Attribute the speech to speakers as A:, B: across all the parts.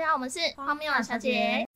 A: 家，我们是荒谬小姐。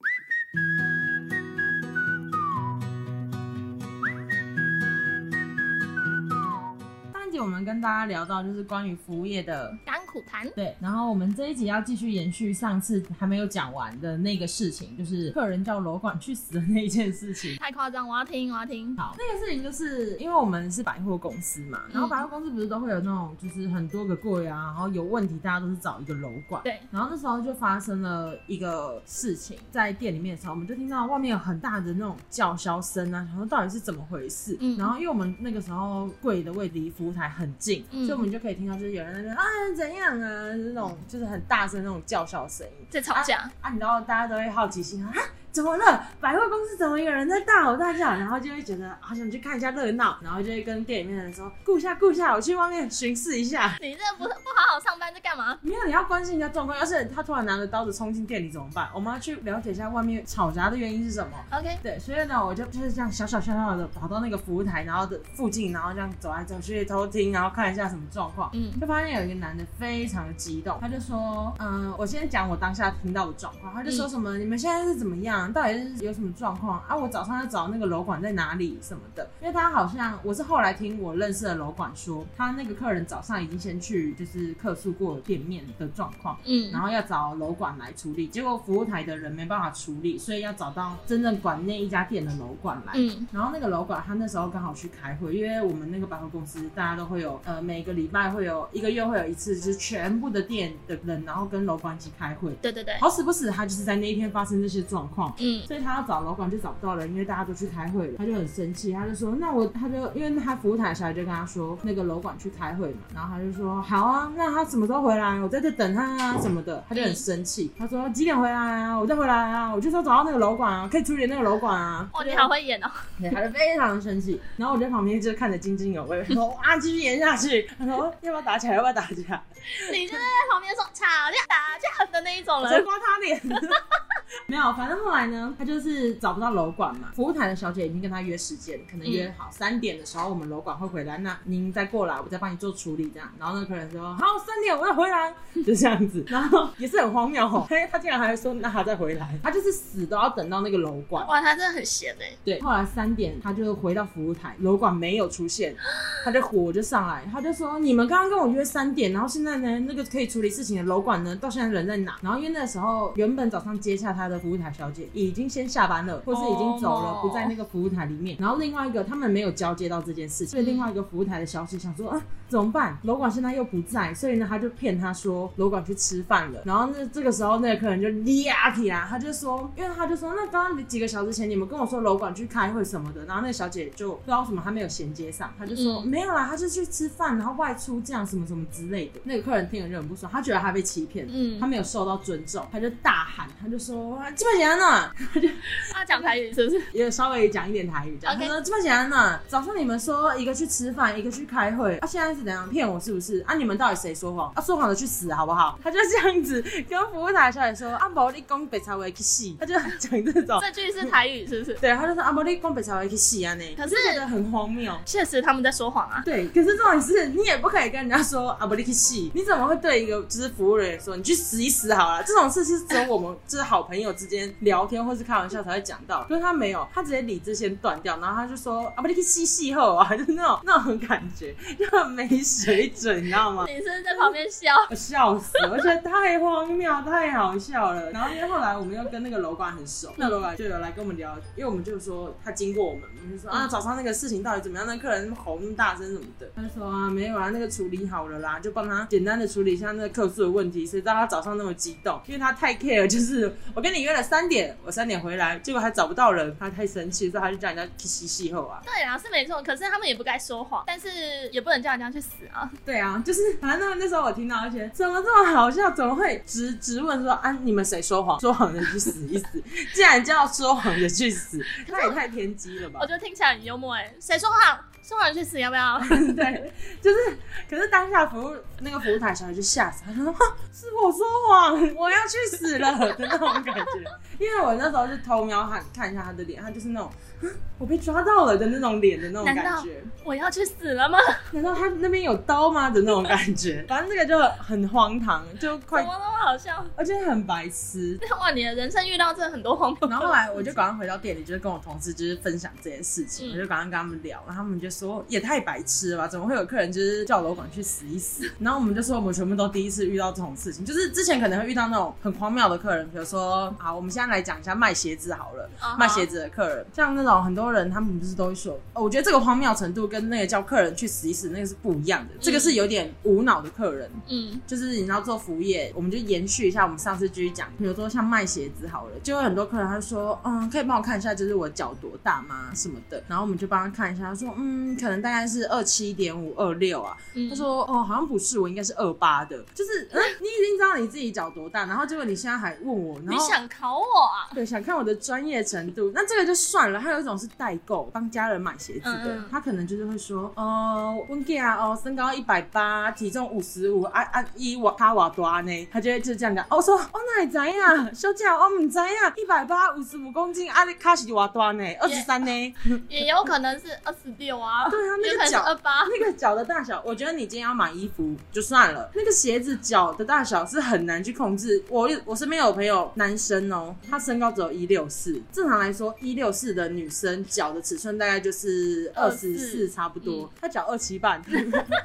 B: 上一集我们跟大家聊到就是关于服务业的，
A: 甘苦谈，
B: 对，然后我们这一集要继续延续上次还没有讲完的那个事情，就是客人叫楼管去死的那一件 事情。
A: 太夸张，我要听，我要听。
B: 好，那个事情就是因为我们是百货公司嘛，然后百货公司不是都会有那种就是很多个柜啊，然后有问题大家都是找一个楼管。
A: 对，
B: 然后那时候就发生了一个事情，在店里面的时候，我们就听到外面有很大的那种叫嚣声啊，然后到底是怎么回事？
A: 嗯
B: 然后因为我们那个时候柜的位置离服务台很近，
A: 嗯
B: 所以我们就可以听到就是有人在那边啊怎样啊那种就是很大声那种叫嚣声音
A: 在吵架，
B: 啊，你知道大家都会好奇心啊。怎么了？百货公司怎么有人在大吼大叫？然后就会觉得好想去看一下热闹，然后就会跟店里面的人说：“顾一下，顾一下，我去外面巡视一下。”
A: 你这不不好好上班在干嘛？
B: 没有，你要关心人家状况。要是他突然拿着刀子冲进店里怎么办？我们要去了解一下外面吵架的原因是什么。
A: OK，
B: 对，所以呢，我就就是这样小小小小的跑到那个服务台，然后的附近，然后这样走来走去偷听，然后看一下什么状况。
A: 嗯，
B: 就发现有一个男的非常的激动，他就说：“嗯，我先讲我当下听到的状况。”他就说什么：“你们现在是怎么样？到底是有什么状况啊？我早上在找那个楼管在哪里什么的，因为他好像我是后来听我认识的楼管说，他那个客人早上已经先去就是客诉过店面的状况。”
A: 嗯
B: 然后要找楼管来处理，结果服务台的人没办法处理，所以要找到真正管那一家店的楼管来。
A: 嗯
B: 然后那个楼管他那时候刚好去开会，因为我们那个百货公司大家都会有，呃，每个礼拜会有一个月会有一次，就是全部的店的人，然后跟楼管一起开会。
A: 对对对，
B: 好死不死，他就是在那一天发生这些状况。
A: 嗯
B: 所以他要找楼管就找不到人，因为大家都去开会了，他就很生气，他就说那我他就因为他服务台的小姐就跟他说那个楼管去开会嘛，然后他就说好啊，那他什么时候回来？我在这等他啊什么的，他就很生气，他说几点回来啊？我再回来啊，我就说找到那个楼管啊，可以处理那个楼管啊。
A: 哇，你好会演哦。
B: 对，他就非常生气。然后我在旁边就看得津津有味，说哇，继续演下去。他说要不要打起来？要不要打起来？
A: 你就是在旁边说吵架打架的那一种
B: 我直接
A: 人。
B: 刮他脸。 没有，反正后来呢，他就是找不到楼管嘛。服务台的小姐已经跟他约时间，可能约好三点的时候，我们楼管会回来，那您再过来，我再帮你做处理这样。然后那个客人说好，三点我再回来，就这样子。然后也是很荒谬哦，嘿，他竟然还说那他再回来，他就是死都要等到那个楼管。
A: 哇，他真的很闲哎。
B: 对，后来三点他就回到服务台，楼管没有出现，他就火就上来，他就说你们刚刚跟我约三点，然后现在呢那个可以处理事情的楼管呢到现在人在哪？然后因为那时候原本早上接下他的服务台小姐已经先下班了，或是已经走了
A: 哦
B: 不在那个服务台里面，然后另外一个他们没有交接到这件事情，所以另外一个服务台的小姐想说啊怎么办？楼管现在又不在，所以呢，他就骗他说楼管去吃饭了。然后那这个时候，那个客人就呀起来，他就说，因为他就说，那刚刚几个小时前你们跟我说楼管去开会什么的，然后那个小姐就不知道为什么，她没有衔接上，她就说、
A: 嗯
B: 没有啦，她就去吃饭，然后外出这样什么什么之类的。那个客人听了就很不爽，他觉得他被欺骗。
A: 嗯
B: 他，没有受到尊重，他就大喊，他就说：“这么简单呢？
A: 他讲台语是不是？
B: 也稍微讲一点台语，这样
A: OK
B: 他说这么简单呢、早上你们说一个去吃饭，一个去开会，啊，现在是怎样骗我是不是？啊，你们到底谁说谎？啊，说谎的去死好不好？他就这样子跟服务台小姐说，啊，无你讲北朝话去死，他就讲这种，
A: 这句是台语是不是？
B: 对，他就说啊，无你讲北朝话去死啊呢，
A: 可是
B: 就觉得很荒谬。
A: 确实他们在说谎啊。
B: 对，可是这种事你也不可以跟人家说啊，不，你去死！你怎么会对一个就是服务人员说你去死一死好了？这种事是只有我们就是好朋友之间聊天或是开玩笑才会讲到，可是他没有，他直接理智先断掉，然后他就说啊，不，你去死死后啊，就是那种那种感觉，就很没水准，你知道吗？
A: 你是不是在旁边笑？
B: 我 笑死，我觉得太荒谬，太好笑了。然后因为后来我们又跟那个楼管很熟，那楼管就有来跟我们聊，因为我们就说他经过我们，我们就说啊早上那个事情到底怎么样？那客人吼那么大声什么的，他就说啊没有啊，那个处理好了啦，就帮他简单的处理一下那个客诉的问题。谁知道他早上那么激动，因为他太 care，就是我跟你约了三点，我三点回来，结果还找不到人，他太生气，所以他就叫人家去洗洗后啊。
A: 对啊，是没错，可是他们也不该说谎，但是也不能叫人家去死啊。
B: 对啊，就是反正那时候我听到，而且怎么这么好笑，怎么会直直问说啊，你们谁说谎？说谎的去死 一死！既然叫说谎的去死，那也太偏激了吧
A: 我？觉得听起来很幽默哎、谁说谎？送人去死要不要？
B: 对，就是，可是当下服务那个服务台小姐就吓死，她说哈：“是我说谎，我要去死了”的那种感觉。 因为我那时候是偷瞄看看一下她的脸，她就是那种啊我被抓到了的那种脸的那种
A: 难
B: 感
A: 道
B: 觉。
A: 我要去死 了吗？
B: 难道她那边有刀吗的那种感觉？反正这个就很荒唐，就
A: 怎么
B: 快，
A: 那么好笑？
B: 而且很白痴。
A: 哇，你的人生遇到真的很多荒谬。
B: 然后后来我就赶快回到店里，就是跟我同事就是分享这件事情，
A: 嗯
B: 我就赶快跟他们聊，然后他们就说哦也太白痴了吧，怎么会有客人就是叫楼管去死一死？然后我们就说我们全部都第一次遇到这种事情，就是之前可能会遇到那种很荒谬的客人，比如说啊好，我们现在来讲一下卖鞋子好了。
A: 啊哈
B: 卖鞋子的客人，像那种很多人，他们不是都会说，哦，我觉得这个荒谬程度跟那个叫客人去死一死那个是不一样的，这个是有点无脑的客人，
A: 嗯，
B: 就是你知道做服务业，我们就延续一下我们上次继续讲，比如说像卖鞋子好了，就有很多客人他就说，嗯，可以帮我看一下，就是我脚多大吗什么的，然后我们就帮他看一下，他说，嗯，可能大概是二七点五、二六啊，
A: 嗯
B: 他说，哦，好像不是，我应该是二八的，就是、嗯、你已经知道你自己脚多大，然后结果你现在还问我，然
A: 你
B: 后。
A: 想考我啊？
B: 对，想看我的专业程度，那这个就算了。还有一种是代购，帮家人买鞋子的，
A: 嗯嗯
B: 他可能就是会说，哦，温健啊，哦，身高一百八，体重五十五，啊啊，一瓦他瓦多呢，他就会就这样讲。哦，我说，哦，那你怎 样？休假，我哦唔知呀，一百八，五十五公斤，啊，你卡是瓦多呢，二十三呢。
A: 也有可能是二十六啊，
B: 对啊那
A: 有
B: 个
A: 可能是
B: 脚
A: 二八。
B: 那个脚的大小，我觉得你今天要买衣服就算了，那个鞋子脚的大小是很难去控制。我我身边有朋友男生哦，他身高只有一六四，正常来说一六四的女生脚的尺寸大概就是二十四
A: 24
B: 差不
A: 嗯
B: 多，他脚二七半。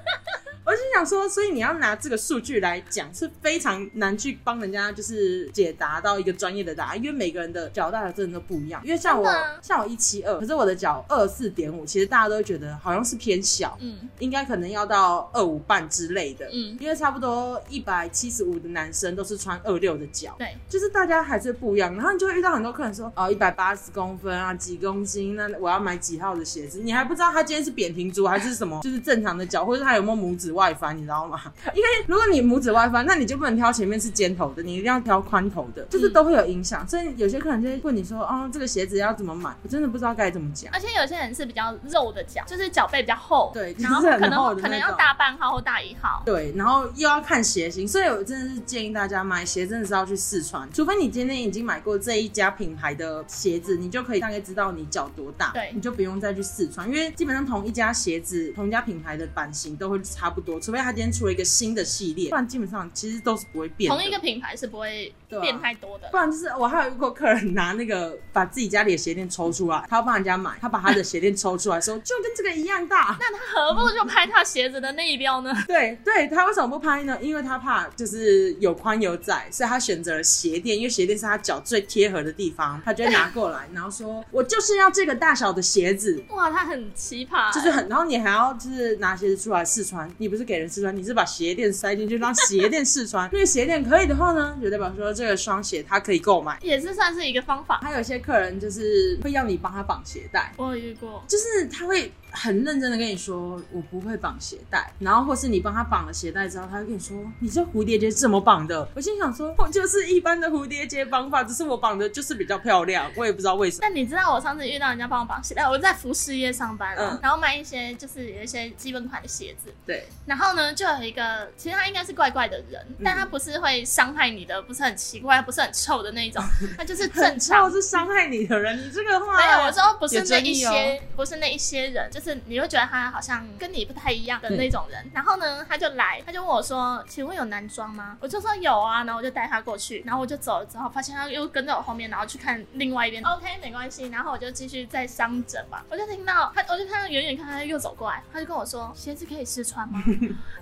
B: 我就想说，所以你要拿这个数据来讲，是非常难去帮人家就是解答到一个专业的答案，因为每个人的脚大小真的都不一样。因为像我
A: 真的啊
B: 像我一七二，可是我的脚二四点五，其实大家都会觉得好像是偏小，
A: 嗯
B: 应该可能要到二五半之类的。
A: 嗯，
B: 因为差不多一百七十五的男生都是穿二六的脚，
A: 对，
B: 就是大家还是不一样。然后你就会遇到很多客人说，哦，一百八十公分啊，几公斤，那我要买几号的鞋子？你还不知道他今天是扁平足还是什么， 就是正常的脚，或者他有没有拇指外翻，你知道吗？ 因为如果你拇指外翻，那你就不能挑前面是尖头的，你一定要挑宽头的，就是都会有影响。所以有些客人就会问你说，哦，这个鞋子要怎么买？我真的不知道该怎么讲。
A: 而且有些人是比较肉的脚，就是脚背比较厚，
B: 对就是
A: 然后可
B: 很厚
A: 能
B: 的
A: 可能
B: 那种
A: 要大半号或大一号。
B: 对，然后又要看鞋型，所以我真的是建议大家买鞋真的是要去试穿，除非你今天已经买过这一家品牌的鞋子，你就可以大概知道你脚多大，
A: 对
B: 你就不用再去试穿，因为基本上同一家鞋子、同一家品牌的版型都会差不多，除非它今天出了一个新的系列，不然基本上其实都是不会变的。
A: 同一个品牌是不会
B: 对啊
A: 变太多的
B: 不。然就是我还有遇过客人拿那个把自己家里的鞋垫抽出来，他要帮人家买，他把他的鞋垫抽出来说就跟这个一样大，
A: 那他何不就拍他鞋子的内标呢？
B: 对对，他为什么不拍呢？因为他怕就是有宽有窄，所以他选择了鞋垫，因为鞋垫是他脚最贴合的地方，他就会拿过来，然后说：“我就是要这个大小的鞋子。”
A: 哇，他很奇葩欸，
B: 就是很，然后你还要就是拿鞋子出来试穿，你不是给人试穿，你是把鞋垫塞进去让鞋垫试穿。那个鞋垫可以的话呢，就代表说这个双鞋他可以购买。
A: 也是算是一个方法。
B: 还有一些客人就是会要你帮他绑鞋带，
A: 我有遇过，
B: 就是他会很认真的跟你说，我不会绑鞋带，然后或是你帮他绑了鞋带之后，他会跟你说，你这蝴蝶结怎么绑的？我心想说，我就是一般的蝴蝶结绑法，只是我绑的就是比较漂亮，我也不知道为什么。
A: 但你知道我上次遇到人家帮我绑鞋哎带，我在服饰业上班啊，
B: 嗯
A: 然后卖一些就是有一些基本款的鞋子，
B: 对，
A: 然后呢就有一个，其实他应该是怪怪的人，但他不是会伤害你的，不是很奇怪，不是很臭的那一种，他就是正
B: 很臭
A: 常。
B: 是伤害你的人，你这个话
A: 没啊有，我说不是
B: 有
A: 那
B: 争
A: 一
B: 议
A: 些，
B: 哦
A: 不是那一些人，就是你会觉得他好像跟你不太一样的那种人。然后呢，他就来，他就问我说：“请问有男装吗？”我就说有啊，然后我就带他过去，然后我就走了之后，发现他又跟着我后面，然后去看另外一边。OK，没关系，然后我就继续在商诊嘛，我就听到他，我就看到远远看他又走过来，他就跟我说：“鞋子可以试穿吗？”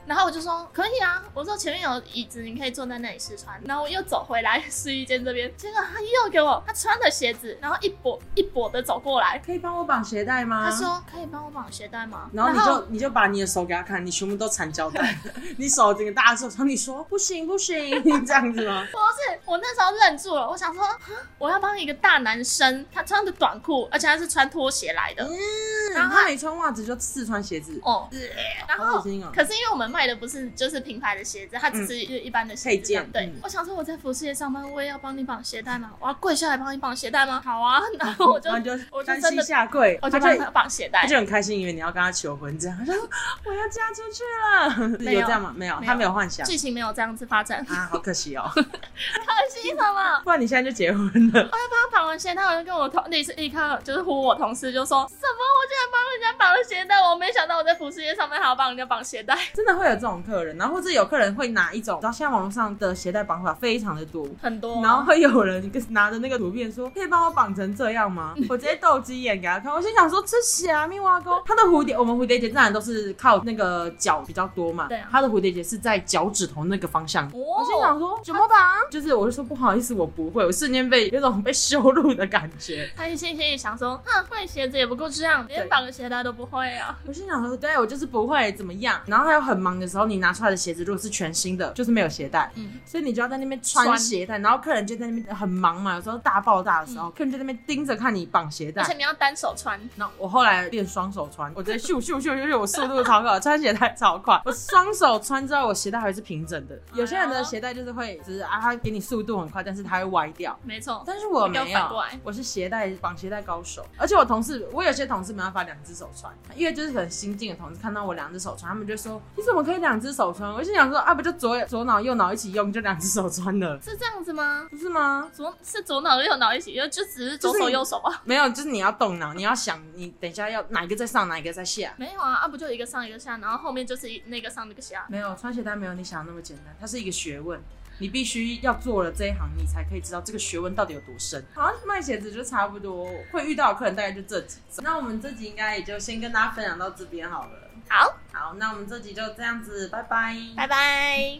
A: 然后我就说可以啊，我说前面有椅子，你可以坐在那里试穿。然后我又走回来试衣间这边，结果他又给我他穿的鞋子，然后一跛一跛的走过来，
B: 可以帮我绑鞋带吗？
A: 他。说可以帮我绑鞋带吗？
B: 啊然后你就你就把你的手给他看，你全部都缠胶 带，你手整个大受伤。你说不行不行，这样子吗？
A: 不是，我那时候愣住了，我
B: 嗯
A: 想说，啊我要帮一个大男生，他穿的短裤，而且他是穿拖鞋来的，
B: 是
A: 然后他
B: 他没穿袜子就试穿鞋子，
A: 哦，然
B: 好
A: 后
B: 恶。心哦。
A: 可是因为我们卖的不是就是品牌的鞋子，它只是一般的鞋子
B: 嗯配件
A: 这样对
B: 嗯，
A: 我想说我在服饰业上班，我也要帮你绑鞋带吗？我要跪下来帮你绑鞋带吗？ 好啊，然后我就
B: 然嗯后你
A: 我
B: 就
A: 就
B: 单
A: 真
B: 膝
A: 的
B: 下跪，
A: 我
B: 他
A: 就帮他绑鞋带
B: 他。就很开心，以为你要跟他求婚，这样他说我要嫁出去了，
A: 没有
B: 有这样吗？没有，
A: 没有
B: 他没有幻想
A: 剧情没有这样子发展，可
B: 啊，好可惜哦，
A: 惜什么？
B: 不然你现在就结婚 了。
A: 他绑完鞋带，我就跟我同立立刻就是呼我同事就说什么，我竟然帮人家绑了鞋带，我没想到我在服饰业上班还要帮人家绑鞋带，
B: 真的会有这种客人，然后或者有客人会拿一种，然后现在网络上的鞋带绑法非常的多。
A: 很多啊、
B: 然后 会有人拿着那个图片说：“可以帮我绑成这 样吗？”我直接斗鸡眼给他看。我心想说：“这虾米挖沟，他的蝴蝶，我们蝴蝶结自然都是靠那个脚比较多嘛，
A: 对啊
B: 他的蝴蝶结是在脚趾头那个方向。
A: 哦
B: 我心想说：“怎么绑？”就是我就说不好意思，我不会，我瞬间被有种被羞辱的感觉。
A: 他心心里想说，哼，会鞋子也不过这样，连绑个鞋带都不会啊。
B: 我心想说：“对我就是不会怎么样。”然后还有很忙的时候，你拿出来的鞋子如果是全新的，就是没有鞋带，
A: 嗯，
B: 所以你就要在那边穿
A: 穿
B: 鞋带，然后客人就在那边很忙嘛，有时候大爆炸的时候，客人就在那边盯着看你绑鞋带
A: 而且。你要单手穿，
B: 那我后来练双手穿，我直接咻咻咻咻咻，我速度超快，穿鞋带超 快。我双手穿之后，我鞋带还是平整的。有些人的鞋带就是会，只是啊，他给你速度很快，但是他会歪掉。
A: 没错。
B: 但是我
A: 你给我
B: 没有
A: 反过来，
B: 我是鞋带绑鞋带高手，而且我同事，我有些同事没办法两只手穿，因为就是可能新进的同事看到我两只手穿，他们就说你怎么可以两只手穿？我就想说啊，不就左左脑右脑一起用，就两只手穿了。
A: 是这样子吗？
B: 不是吗？
A: 左是左脑右脑一起，就就只是左
B: 就是
A: 手
B: 你
A: 右手啊？
B: 没有，就是你要动脑，你要想你等一下要哪一个在上，哪一个在下。
A: 没有啊，啊不就一个上一个下，然后后面就是一那个上那个下。
B: 没有穿鞋带没有你想的那么简单，它是一个学问，你必须要做了这一行，你才可以知道这个学问到底有多深。好像卖鞋子就差不多，会遇到的客人大概就这几种。那我们这集应该也就先跟大家分享到这边好了。
A: 好，嗯
B: 好，那我们这集就这样子，拜拜，
A: 拜拜。